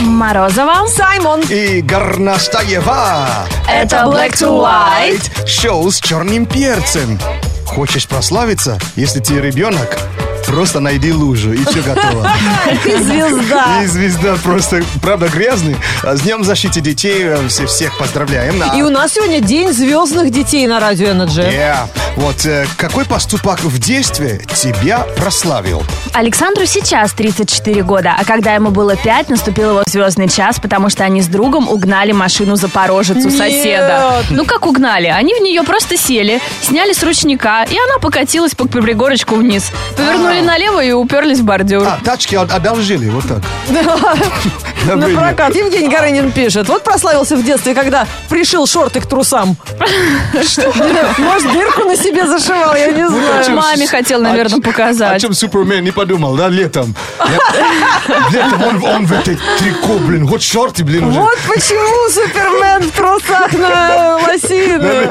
Морозова. Саймон. и Горнастаева. Это Black to White. Шоу с черным перцем. Хочешь прославиться, если ты ребенок? Просто найди лужу, и все готово. Ты звезда. И звезда просто, правда, грязный. А С Днем защиты детей э, все- всех поздравляем. А, И у нас сегодня день звездных детей на радио Energy. Yeah. Вот э, какой поступок в детстве тебя прославил? Александру сейчас 34 года, а когда ему было 5, наступил его звездный час, потому что они с другом угнали машину Запорожец у Нет. соседа. Ну как угнали? Они в нее просто сели, сняли с ручника, и она покатилась по пригорочку вниз. Повернули налево и уперлись в бордюр. А, тачки од- одолжили, вот так. На Например. прокат. Евгений Горынин пишет. Вот прославился в детстве, когда пришил шорты к трусам. Что? Может, дырку на себе зашивал, я не о чем знаю. Маме с- хотел, о наверное, чем- О показать. чем Супермен не подумал, да, летом? Я- Летом он, он в этой трико, блин, вот шорты, блин, уже. Вот почему Супермен в трусах на лосины.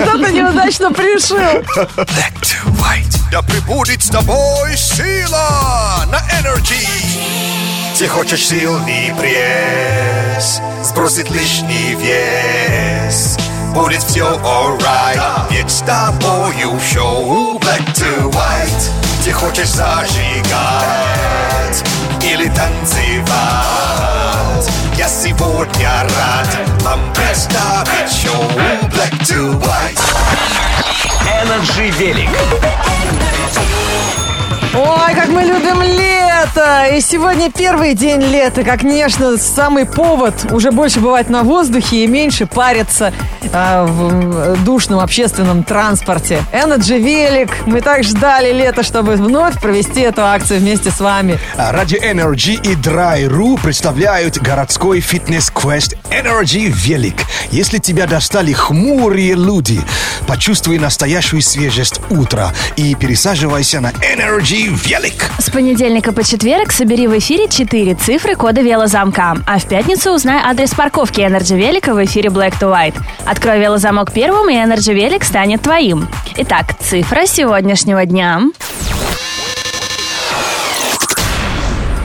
Кто-то неудачно пришил. Black to white. Да прибудет с тобой сила на энергии. Ты хочешь сильный пресс, сбросить лишний вес. Будет все alright, ведь с тобою шоу Black to White. Ты хочешь зажигать или танцевать. Я сегодня рад вам представить шоу Black to White. Energy велик. Ой, как мы любим лето! И сегодня первый день лета. Как, конечно, самый повод уже больше бывать на воздухе и меньше париться а, в м, душном общественном транспорте. Energy Велик. Мы так ждали лето, чтобы вновь провести эту акцию вместе с вами. А, Ради Energy и Dry.ru представляют городской фитнес-квест Energy Велик. Если тебя достали хмурые люди, почувствуй настоящую свежесть утра и пересаживайся на Energy Велик. С понедельника по четверг собери в эфире 4 цифры кода велозамка, а в пятницу узнай адрес парковки Energy Велика в эфире Black to White. Открой велозамок первым, и Energy Велик станет твоим. Итак, цифра сегодняшнего дня.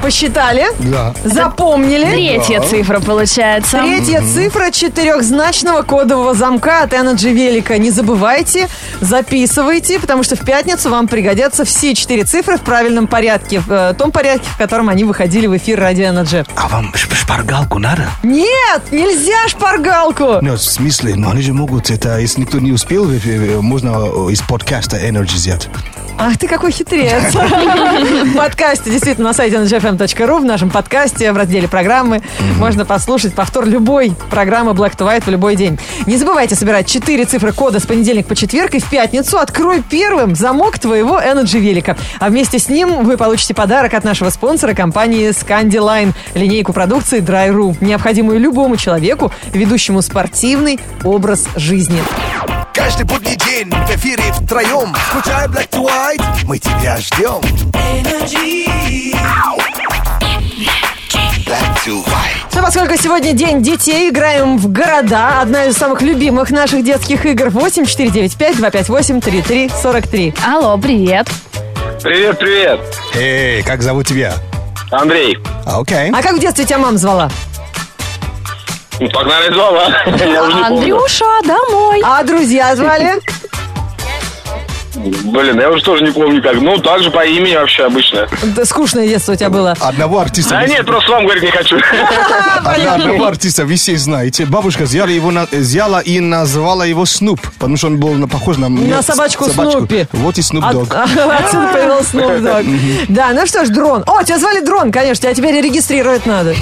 Посчитали? Да. Запомнили? Третья цифра получается. Третья цифра четырехзначного кодового замка от Energy Велика. Не забывайте, записывайте, потому что в пятницу вам пригодятся все четыре цифры в правильном порядке, в э, том порядке, в котором они выходили в эфир ради Energy. А вам ш- шпаргалку надо? Нет, нельзя шпаргалку! Ну, в смысле, но они же могут это, если никто не успел, э, э, можно э, из подкаста Energy взять. Ах ты какой хитрец! В подкасте, действительно, на сайте energyfm.ru, в нашем подкасте, в разделе программы можно послушать повтор любой программы Black to White в любой день. Не забывайте собирать четыре цифры кода с понедельника по четверг и в пятницу открой первым замок твоего Energy велика. А вместе с ним вы получите подарок от нашего спонсора компании Scandiline, линейку продукции Dry.ru, необходимую любому человеку, ведущему спортивный образ жизни. Каждый будний день в эфире втроем Включай Black to White, мы тебя ждем Ау! Black to White Ну, поскольку сегодня день детей, играем в города. Одна из самых любимых наших детских игр. 8 495 258 3343. Алло, привет. Привет, привет, Эй, как зовут тебя? Андрей. А, Окей. А как в детстве тебя мама звала? Ну, Погнали дома. Я уже не помню. Андрюша, домой. А друзья звали? Блин, я уже тоже не помню как. Ну, так же по имени вообще обычно. Да скучное детство у тебя было. Одного артиста... Да вы- нет, просто вам говорить не хочу. Одна- Одного артиста вы все знаете. Бабушка взяла его, на- взяла и назвала его Снуп, потому что он был на- похож на... мне- собачку Снупи. А- Вот и Снуп От- Дог. Отсюда появился Snoop Dogg. Да, ну что ж, дрон. О, тебя звали дрон, конечно, тебя теперь регистрировать надо,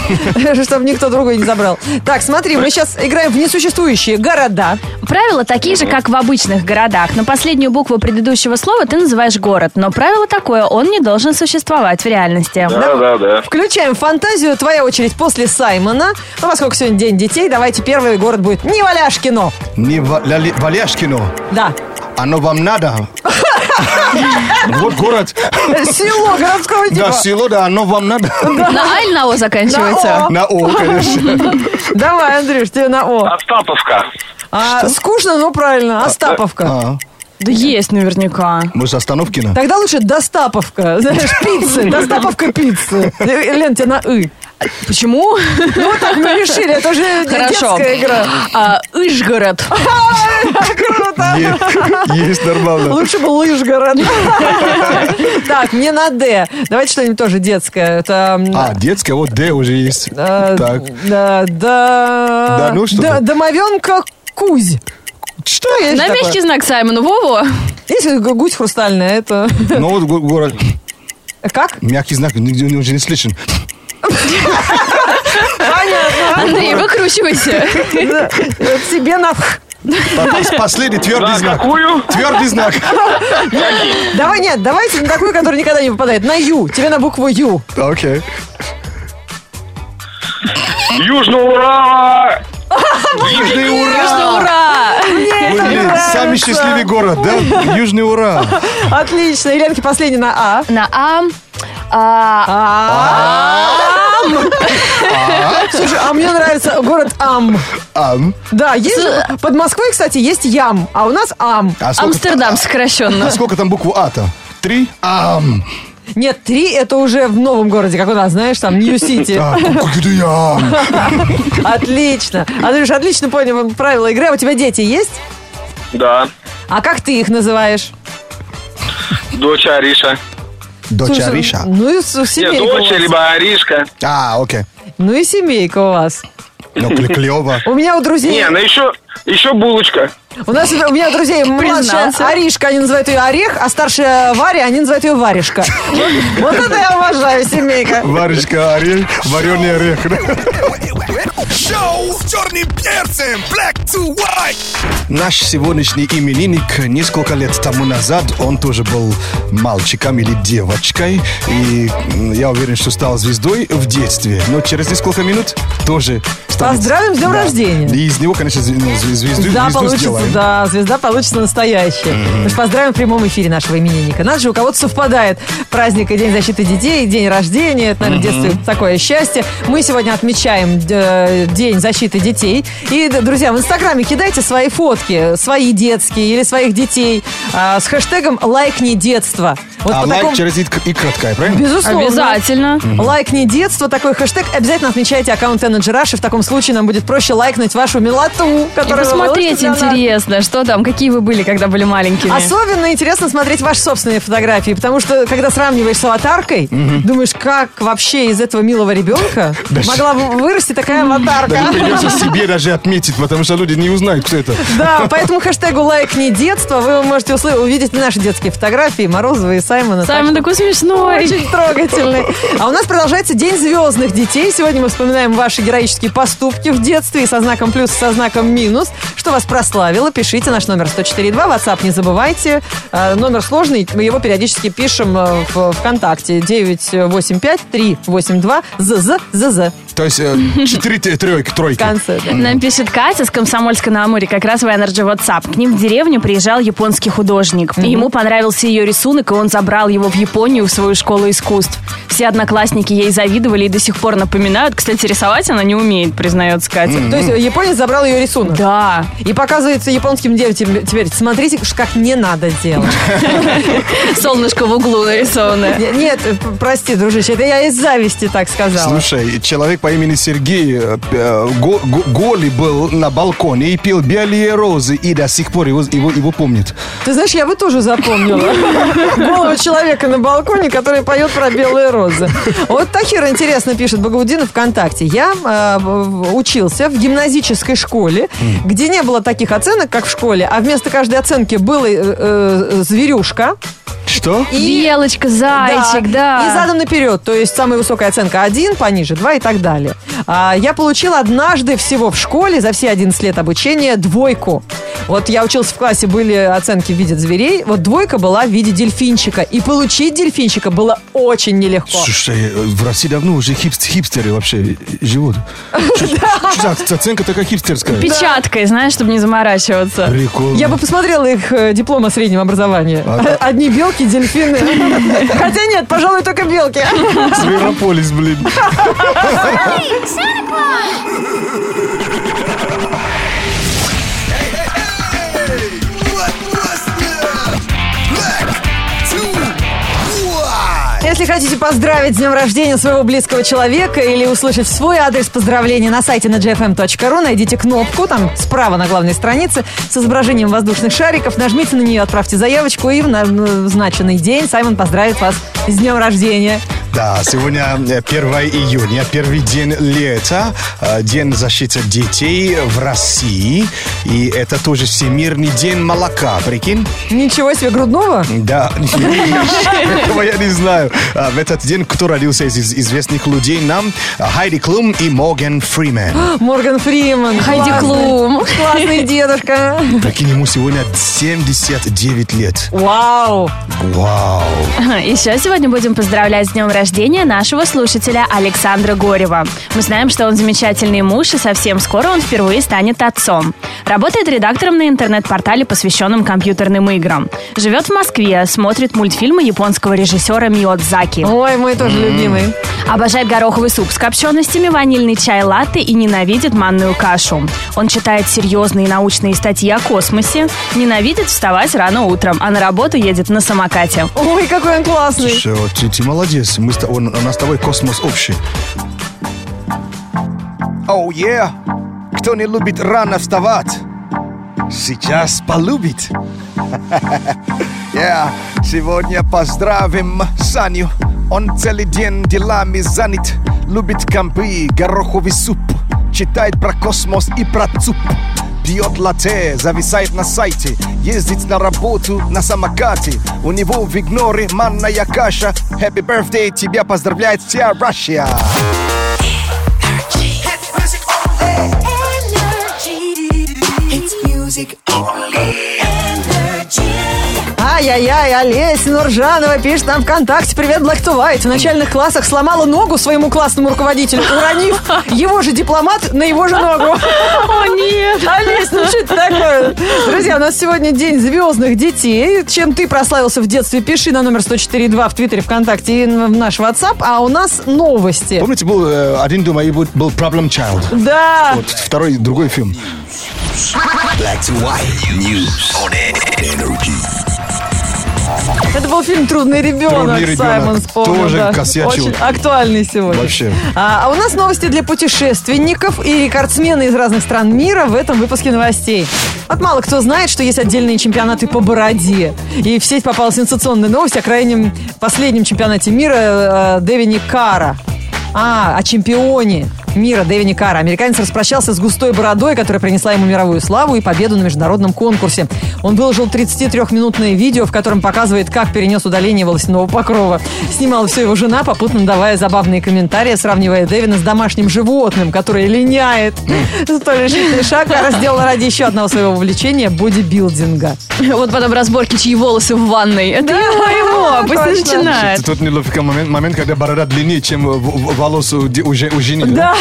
чтобы никто другой не забрал. Так, смотри, мы сейчас играем в несуществующие города. Правила такие же, как в обычных городах, но последнюю букву предыдущего слова ты называешь город. Но правило такое, он не должен существовать в реальности. Да, да, да. Включаем фантазию. Твоя очередь после Саймона. Ну, поскольку сегодня день детей, давайте первый город будет Неваляшкино. Не Ва- Лали- Валяшкино. Да. Оно вам надо. Вот город. Село городского Да, типа. село, да, оно вам надо. На «аль» на «о» заканчивается. На «о». На О, конечно. Давай, Андрюш, тебе на О. Остаповка. А, скучно, но правильно. Остаповка. А, Да есть наверняка. Может, Остановкино? Тогда лучше Достаповка. Знаешь, пиццы. Достаповка пиццы. Э, Лен, тебе на И. Почему? Ну, так мы решили, это уже Хорошо. детская игра. А, Ижгород. Круто! Есть нормально. Лучше бы Лыжгород. Так, мне на «Д». Давайте что-нибудь тоже детское. Это... А, детская, вот Д уже есть. э, А, Так. Да, да, Да, ну что да, ты? Домовенка Кузь. Что есть На такое? мягкий знак Саймону Вову. Если г- гусь хрустальная, это... Ну вот го- город, Как? мягкий знак, нигде он уже не слышен. Андрей, выкручивайся. Да, э, Тебе на... «Х». Пос- Последний твердый Да, знак. какую? Твердый знак. Давай, нет, давайте на такую, которая никогда не попадает. На Ю. Тебе на букву Ю. Окей. Южный Урал! Южный А. ура! Ура! Ой, блин, Самый счастливый город, да? Южный ура. Отлично. И Ленке последний на А. На А. А, А. Слушай, а мне нравится город Ам. Ам. Да, есть же- под Москвой, кстати, есть Ям, а у нас Ам. А сколько- Амстердам сокращенно. А сколько там букву А-то? Три? Ам. Нет, три это уже в новом городе, как у нас, знаешь, там Нью-Сити. А, какой ты ам. Отлично. Андрюш, отлично понял правила игры. А у тебя дети есть? Да, А как ты их называешь? дочь Ариша. Доча Слушай, Риша. Ну и с- Нет, семейка у дочь, вас. либо Аришка. А, окей. Ну и семейка у вас. Ну, кл- клево. У меня у друзей... Не, ну еще, еще булочка. У нас у меня у друзей младшая Признался. Аришка, они называют ее Орех, а старшая Варя, они называют ее Варежка. Вот вот это я уважаю, семейка. Варежка орех, вареный орех. Шоу с черным перцем. Black to white. Наш сегодняшний именинник несколько лет тому назад, он тоже был мальчиком или девочкой, и м, я уверен, что стал звездой в детстве, но через несколько минут тоже станет- Поздравим с днем Да. рождения. И из него, конечно, зв- ну, зв- звезду, Да, звезду получится, сделаем. да, звезда получится настоящая. Мы ж поздравим в прямом эфире нашего именинника. Нас же у кого-то совпадает праздник и День защиты детей, и День рождения. Это, наверное, в детстве такое счастье. Мы сегодня отмечаем э, День защиты детей. И, д- друзья, в Инстаграме кидайте свои фотки, свои детские или своих детей а, с хэштегом «Лайкни детство». Вот А по лайк такому- через и, и краткая, правильно? Безусловно. Обязательно. Лайкни детство, такой хэштег. Обязательно отмечайте аккаунт Energy Rush, и в таком случае нам будет проще лайкнуть вашу милоту, И которую вы посмотреть выложите для нас. интересно, что там, какие вы были, когда были маленькими. Особенно интересно смотреть ваши собственные фотографии, потому что, когда сравниваешь с аватаркой, думаешь, как вообще из этого милого ребенка могла бы вырасти такая Да, аватарка. придется себе даже отметить, потому что люди не узнают, кто это. Да, поэтому хэштегу «Лайк не детство» вы можете услы- увидеть наши детские фотографии Морозова и Саймона. Так Саймон что такой смешной. Очень трогательный. А у нас продолжается День звездных детей. Сегодня мы вспоминаем ваши героические поступки в детстве и со знаком плюс, и со знаком минус. Что вас прославило, пишите наш номер 104.2. WhatsApp не забывайте. Э, Номер сложный, мы его периодически пишем э, в ВКонтакте. 985-382-ЗЗЗЗ. То есть э, четыре т- тройки, В тройки. конце. да. Нам пишет Катя с Комсомольска на Амуре, как раз в Energy WhatsApp. К ним в деревню приезжал японский художник. И ему понравился ее рисунок, и он забрал его в Японию в свою школу искусств. Все одноклассники ей завидовали и до сих пор напоминают. Кстати, рисовать она не умеет, признается Катя. То есть э, японец забрал ее рисунок. Да. И показывается японским детям теперь, смотрите, как не надо делать. Солнышко в углу нарисованное. Не- Нет, э, п- прости, дружище, это я из зависти так сказала. Слушай, человек по имени Сергей э, э, го- го- голый был на балконе и пил белые розы, и до сих пор его, его, его помнит. Ты знаешь, я бы тоже запомнила голову человека на балконе, который поет про белые розы. Вот Тахир интересно пишет Багаудина ВКонтакте. Я э, в- учился в гимназической школе, где не было таких оценок, как в школе, а вместо каждой оценки была э, э, зверюшка. Что? Белочка, зайчик, да. И задом наперед. То есть самая высокая оценка 1, пониже 2 и так далее. А, я получила однажды всего в школе за все 11 лет обучения двойку. Вот я учился в классе, были оценки в виде зверей. Вот двойка была в виде дельфинчика. И получить дельфинчика было очень нелегко. Слушай, э, в России давно уже хипст- хипстеры вообще э, живут. Чё- чё за оц- оценка такая хипстерская? Печаткой, знаешь, чтобы не заморачиваться. Прикольно. Я бы посмотрела их э, диплом о среднем образовании. да. Одни белки, дельфины. Хотя нет, пожалуй, только белки. Зверополис, блин. Black to white. Если Если хотите поздравить с днем рождения своего близкого человека или услышать свой адрес поздравления на сайте на gfm.ru, найдите кнопку там справа на главной странице с изображением воздушных шариков, нажмите на нее, отправьте заявочку и в назначенный день Саймон поздравит вас с днем рождения. Да, сегодня э, 1 июня, первый день лета, э, День защиты детей в России. И это тоже Всемирный день молока, прикинь? Ничего себе, грудного? Да, этого я не знаю. А, В этот день кто родился из из известных людей нам? А, Хайди Клум и Морган Фримен. Морган Фриман. Хайди классный, Клум. Классный дедушка. Прикинь, ему сегодня 79 лет. Вау. Вау. Еще сегодня будем поздравлять с днем рождения нашего слушателя Александра Горева. Мы знаем, что он замечательный муж, и совсем скоро он впервые станет отцом. Работает редактором на интернет-портале, посвященном компьютерным играм. Живет в Москве, смотрит мультфильмы японского режиссера Миодзаки. Ой, мой тоже любимый. Обожает гороховый суп с копченостями, ванильный чай латте и ненавидит манную кашу. Он читает серьезные научные статьи о космосе, ненавидит вставать рано утром, а на работу едет на самокате. Ой, какой он классный. Слушай, вот ты, ты молодец. Мы с тобой- у нас с тобой космос общий. Оу, е! Кто не любит рано вставать, сейчас полюбит. Я Сегодня поздравим Саню. Он целый день делами занят. Любит компы, гороховый суп. Читает про космос и про ЦУП. Пьет латте, зависает на сайте. Ездит на работу на самокате. У него в игноре манная каша. Happy birthday, тебя поздравляет вся Россия. Ай-яй-яй, Олеся Нуржанова пишет нам ВКонтакте. Привет, Black to White. В начальных классах сломала ногу своему классному руководителю, уронив его же дипломат на его же ногу. О, нет! Олесь, ну что это такое? Друзья, у нас сегодня день звездных детей. Чем ты прославился в детстве, пиши на номер 104.2 в Твиттере, ВКонтакте и в наш WhatsApp. А у нас новости. Помните, был э, один дома и был, был Problem Child? Да. Вот второй, другой фильм. Это был фильм «Трудный ребенок», «Трудный ребенок» Саймон вспомнил, тоже да. косячил. Очень актуальный сегодня. Вообще. А, а у нас новости для путешественников и рекордсмены из разных стран мира в этом выпуске новостей. Вот мало кто знает, что есть отдельные чемпионаты по бороде. И в сеть попала сенсационная новость о крайнем последнем чемпионате мира э, Дэвини Кара. А, о чемпионе мира Дэвини Кара. Американец распрощался с густой бородой, которая принесла ему мировую славу и победу на международном конкурсе. Он выложил 33-минутное видео, в котором показывает, как перенес удаление волосяного покрова. Снимала все его жена, попутно давая забавные комментарии, сравнивая Дэвина с домашним животным, которое линяет. Столь решительный шаг Кара сделала ради еще одного своего увлечения – бодибилдинга. Вот потом разборки, чьи волосы в ванной. Это не моего, пусть Точно. начинает. Это тот неловкий момент, момент, когда борода длиннее, чем в- в- волос у, де- у же- у жены. Да.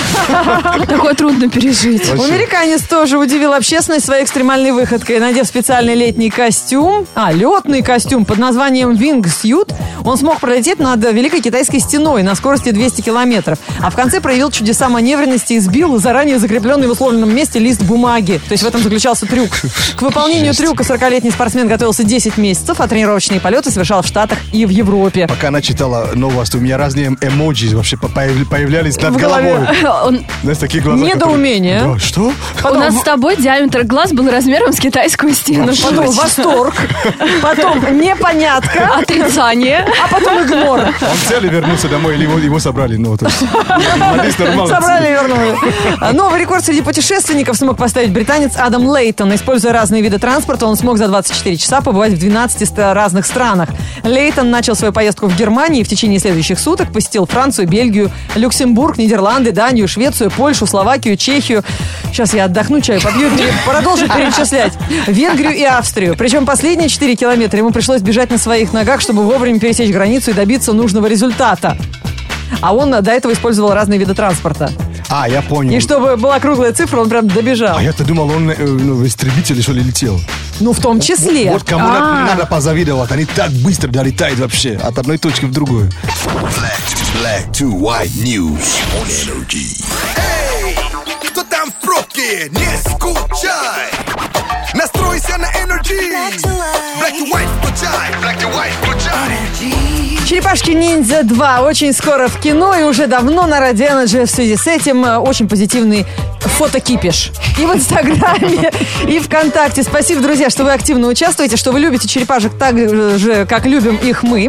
Такое трудно пережить. Вообще. Американец тоже удивил общественность своей экстремальной выходкой. Надев специальный летний костюм, а, летный костюм под названием Wingsuit, он смог пролететь над Великой Китайской стеной на скорости 200 километров. А в конце проявил чудеса маневренности и сбил заранее закрепленный в условленном месте лист бумаги. То есть в этом заключался трюк. К выполнению трюка 40-летний спортсмен готовился 10 месяцев, а тренировочные полеты совершал в Штатах и в Европе. Пока она читала новость, у меня разные эм, эмоджи вообще по- появ- появлялись над В голове. головой. Он- Знаешь, такие глаза, которые- Недоумение. Да, что? У нас с тобой диаметр глаз был размером с китайскую стену. Потом восторг, потом непонятка, Отрицание. а потом игнор. Он цели вернулся домой или его, его собрали? Ну, вот. Молись нормально. Собрали и вернули. А Новый рекорд среди путешественников смог поставить британец Адам Лейтон. Используя разные виды транспорта, он смог за 24 часа побывать в 12 ст- разных странах. Лейтон начал свою поездку в Германии и в течение следующих суток посетил Францию, Бельгию, Люксембург, Нидерланды, Данию, Швецию, Польшу, Словакию, Чехию. Сейчас я отдохну, чаю попью и продолжу перечислять. Венгрию и Австрию. Причем последние 4 километра ему пришлось бежать на своих ногах, чтобы вовремя пересечь границу и добиться нужного результата. А он до этого использовал разные виды транспорта. А, я понял. И чтобы была круглая цифра, он прям добежал. А я-то думал, он э, ну, в истребителе, что ли, летел. Ну, в том числе. Вот кому А. на- надо позавидовать. Они так быстро долетают вообще. От одной точки в другую. Black to white news on energy. Кто там в пробке? Не скучай! Настроение Настройся на энергии. Black to white, включай. Black to white, включай. «Черепашки-ниндзя 2» очень скоро в кино и уже давно на Ради Energy в связи с этим э, очень позитивный фотокипиш. И в Инстаграме, и ВКонтакте. Спасибо, друзья, что вы активно участвуете, что вы любите черепашек так же, как любим их мы.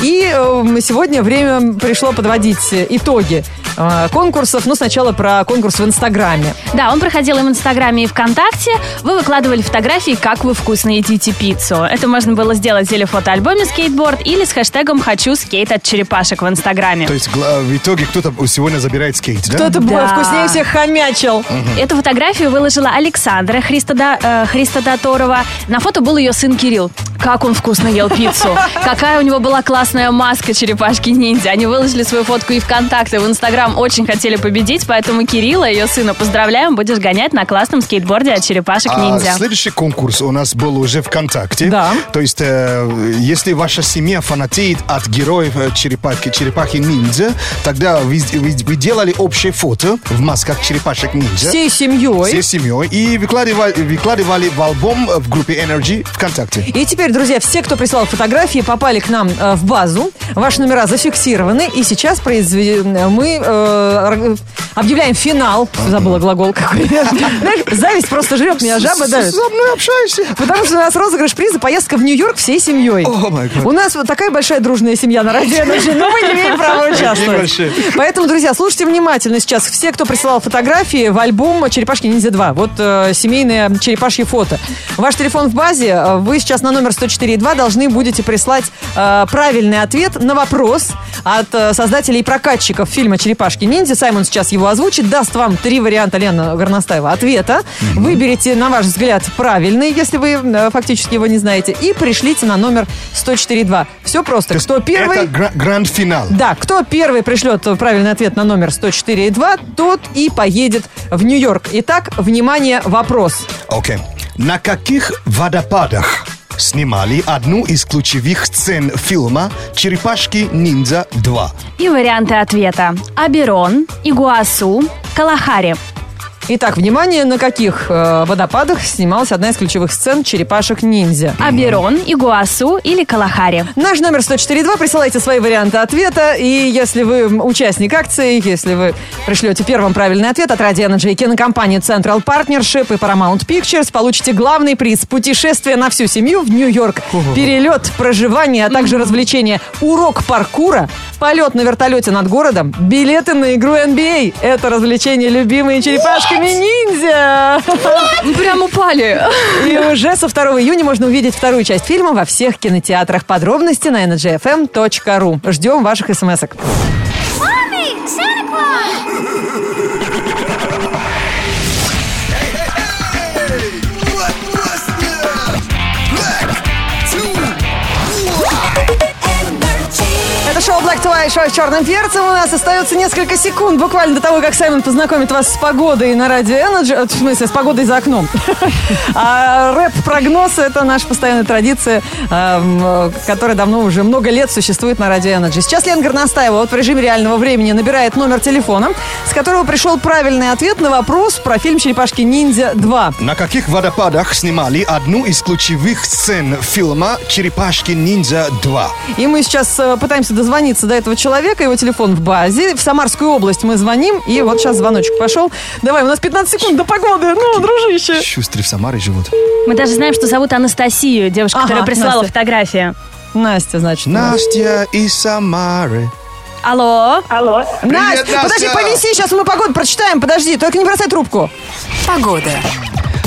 И э, сегодня время пришло подводить итоги э, конкурсов. Ну, сначала про конкурс в Инстаграме. Да, он проходил и в Инстаграме, и ВКонтакте. Вы выкладывали фотографии, как вы вкусно едите пиццу. Это можно было сделать или в фотоальбоме скейтборд, или с хэштегом «Хочу скейт от черепашек» в Инстаграме. То есть гла- в итоге кто-то сегодня забирает скейт, да? Кто-то б- Да. вкуснее всех хомячил. Эту фотографию выложила Александра Христода, э, Христодаторова. На фото был ее сын Кирилл. Как он вкусно ел пиццу. Какая у него была классная маска черепашки-ниндзя. Они выложили свою фотку и ВКонтакте, и в Инстаграм. Очень хотели победить, поэтому Кирилла, ее сына, поздравляем. Будешь гонять на классном скейтборде от А черепашек-ниндзя. следующий конкурс у нас был уже ВКонтакте. Да. То есть, э, если ваша семья фанатеет от героев э, черепахи, черепахи ниндзя, тогда вы, с- вы- вы делали общее фото в масках черепашек ниндзя. Всей семьей. Всей семьей. И выкладывали, выкладывали в альбом э, в группе Energy ВКонтакте. И теперь, друзья, все, кто прислал фотографии, попали к нам э, в базу. Ваши номера зафиксированы. И сейчас произве- мы э, ор- объявляем финал. Забыла глагол какой. Знаешь, Зависть просто жрет меня, жаба давит. Со мной общайся. Потому что у нас розыгрыш приза поездка в Нью-Йорк всей семьей. О, май гад. у нас вот такая большая дружная семья на радио Energy, но мы не имеем права участвовать. большие. Поэтому, друзья, слушайте внимательно сейчас. Все, кто присылал фотографии в альбом «Черепашки ниндзя 2», вот э, семейное черепашье фото. Ваш телефон в базе, э, вы сейчас на номер 104.2 должны будете прислать э, правильный ответ на вопрос от э, создателей и прокатчиков фильма «Черепашки ниндзя». Саймон сейчас его озвучит, даст вам три варианта Лена Горностаева ответа. Выберите, на ваш взгляд, правильный, если вы э, фактически его не знаете, и пришлите на номер 104.2. Все просто. Кто первый... Это гра- гранд-финал. Да, кто первый пришлет правильный ответ на номер 104.2, тот и поедет в Нью-Йорк. Итак, внимание, вопрос. Окей. На каких водопадах снимали одну из ключевых сцен фильма «Черепашки ниндзя 2»? И варианты ответа. Аберон, Игуасу, Калахари. Итак, внимание, на каких э, водопадах снималась одна из ключевых сцен «Черепашек-ниндзя». Аберон, Игуасу или Калахари. Наш номер 104.2, присылайте свои варианты ответа, и если вы участник акции, если вы пришлете первым правильный ответ от Ради Energy и кинокомпании Central Partnership и Paramount Pictures, получите главный приз – путешествие на всю семью в Нью-Йорк, перелет, проживание, а также развлечение, урок паркура, полет на вертолете над городом, билеты на игру NBA. Это развлечение любимые черепашками-ниндзя. Мы прям упали. И уже со 2 июня можно увидеть вторую часть фильма во всех кинотеатрах. Подробности на energyfm.ru. Ждем ваших смс-ок. Это шоу Black to White, шоу с черным перцем. У нас остается несколько секунд буквально до того, как Саймон познакомит вас с погодой на радио Energy. Э, В смысле, с погодой за окном. А рэп-прогноз – это наша постоянная традиция, эм, э, которая давно уже много лет существует на радио Energy. Сейчас Лен Горностаева вот в режиме реального времени набирает номер телефона, с которого пришел правильный ответ на вопрос про фильм «Черепашки-ниндзя 2». На каких водопадах снимали одну из ключевых сцен фильма «Черепашки ниндзя 2»? И мы сейчас э, пытаемся дозвониться до этого человека. Его телефон в базе. В Самарскую область мы звоним. И вот сейчас звоночек пошел. Давай, у нас 15 секунд до погоды. Ну, дружище. Шустры в Самаре живут. Мы даже знаем, что зовут Анастасию, девушка, Ага, которая прислала Настя. фотографию. Настя, значит. у нас. Настя из Самары. Алло, Алло. Настя, Настя! подожди, повиси, сейчас мы погоду прочитаем. Подожди, только не бросай трубку.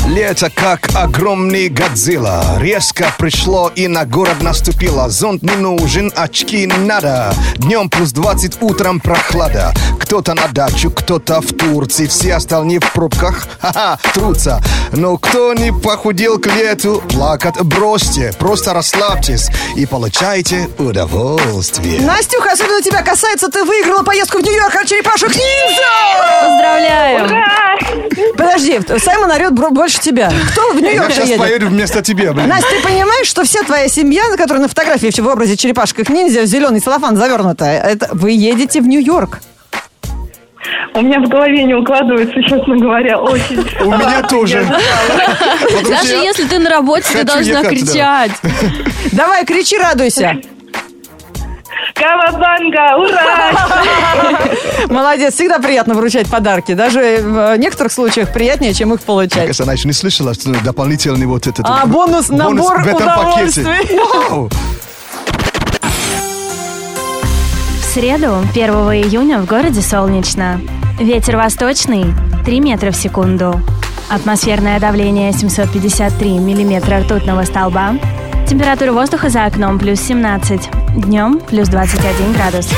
Лето как огромный Годзилла. Резко пришло и на город наступило. Зонт не нужен, очки надо. Днем плюс 20, утром прохлада. Кто-то на дачу, кто-то в Турции. Все остальные в пробках, ха-ха, трутся. Но кто не похудел к лету, плакать бросьте. Просто расслабьтесь и получайте удовольствие. Настюха, особенно тебя касается, ты выиграла поездку в Нью-Йорк от черепашек ниндзя! поздравляем. Да. Подожди, Саймон орет бро- больше тебя. Кто в Я Нью-Йорк сейчас едет? поеду вместо тебя, блин. Настя, ты понимаешь, что вся твоя семья, которая на фотографии в образе черепашек ниндзя, в зеленый целлофан завернута, это вы едете в Нью-Йорк. У меня в голове не укладывается, честно говоря, очень. У меня тоже. Потому Даже что я- если ты на работе, ты хочу должна ехать, да. кричать. Давай, кричи, радуйся. Кавабанга, ура! Молодец, всегда приятно вручать подарки. Даже э, в некоторых случаешь приятнее, чем их Как получать. а Если она еще не слышала, что дополнительный вот этот... А, бонус, набор в этом пакете. удовольствий. Вау! В среду, 1 июня, в городе солнечно. Ветер восточный 3 метра в секунду. Атмосферное давление 753 миллиметра ртутного столба. Температура воздуха за окном плюс 17. Днем плюс 21 градус.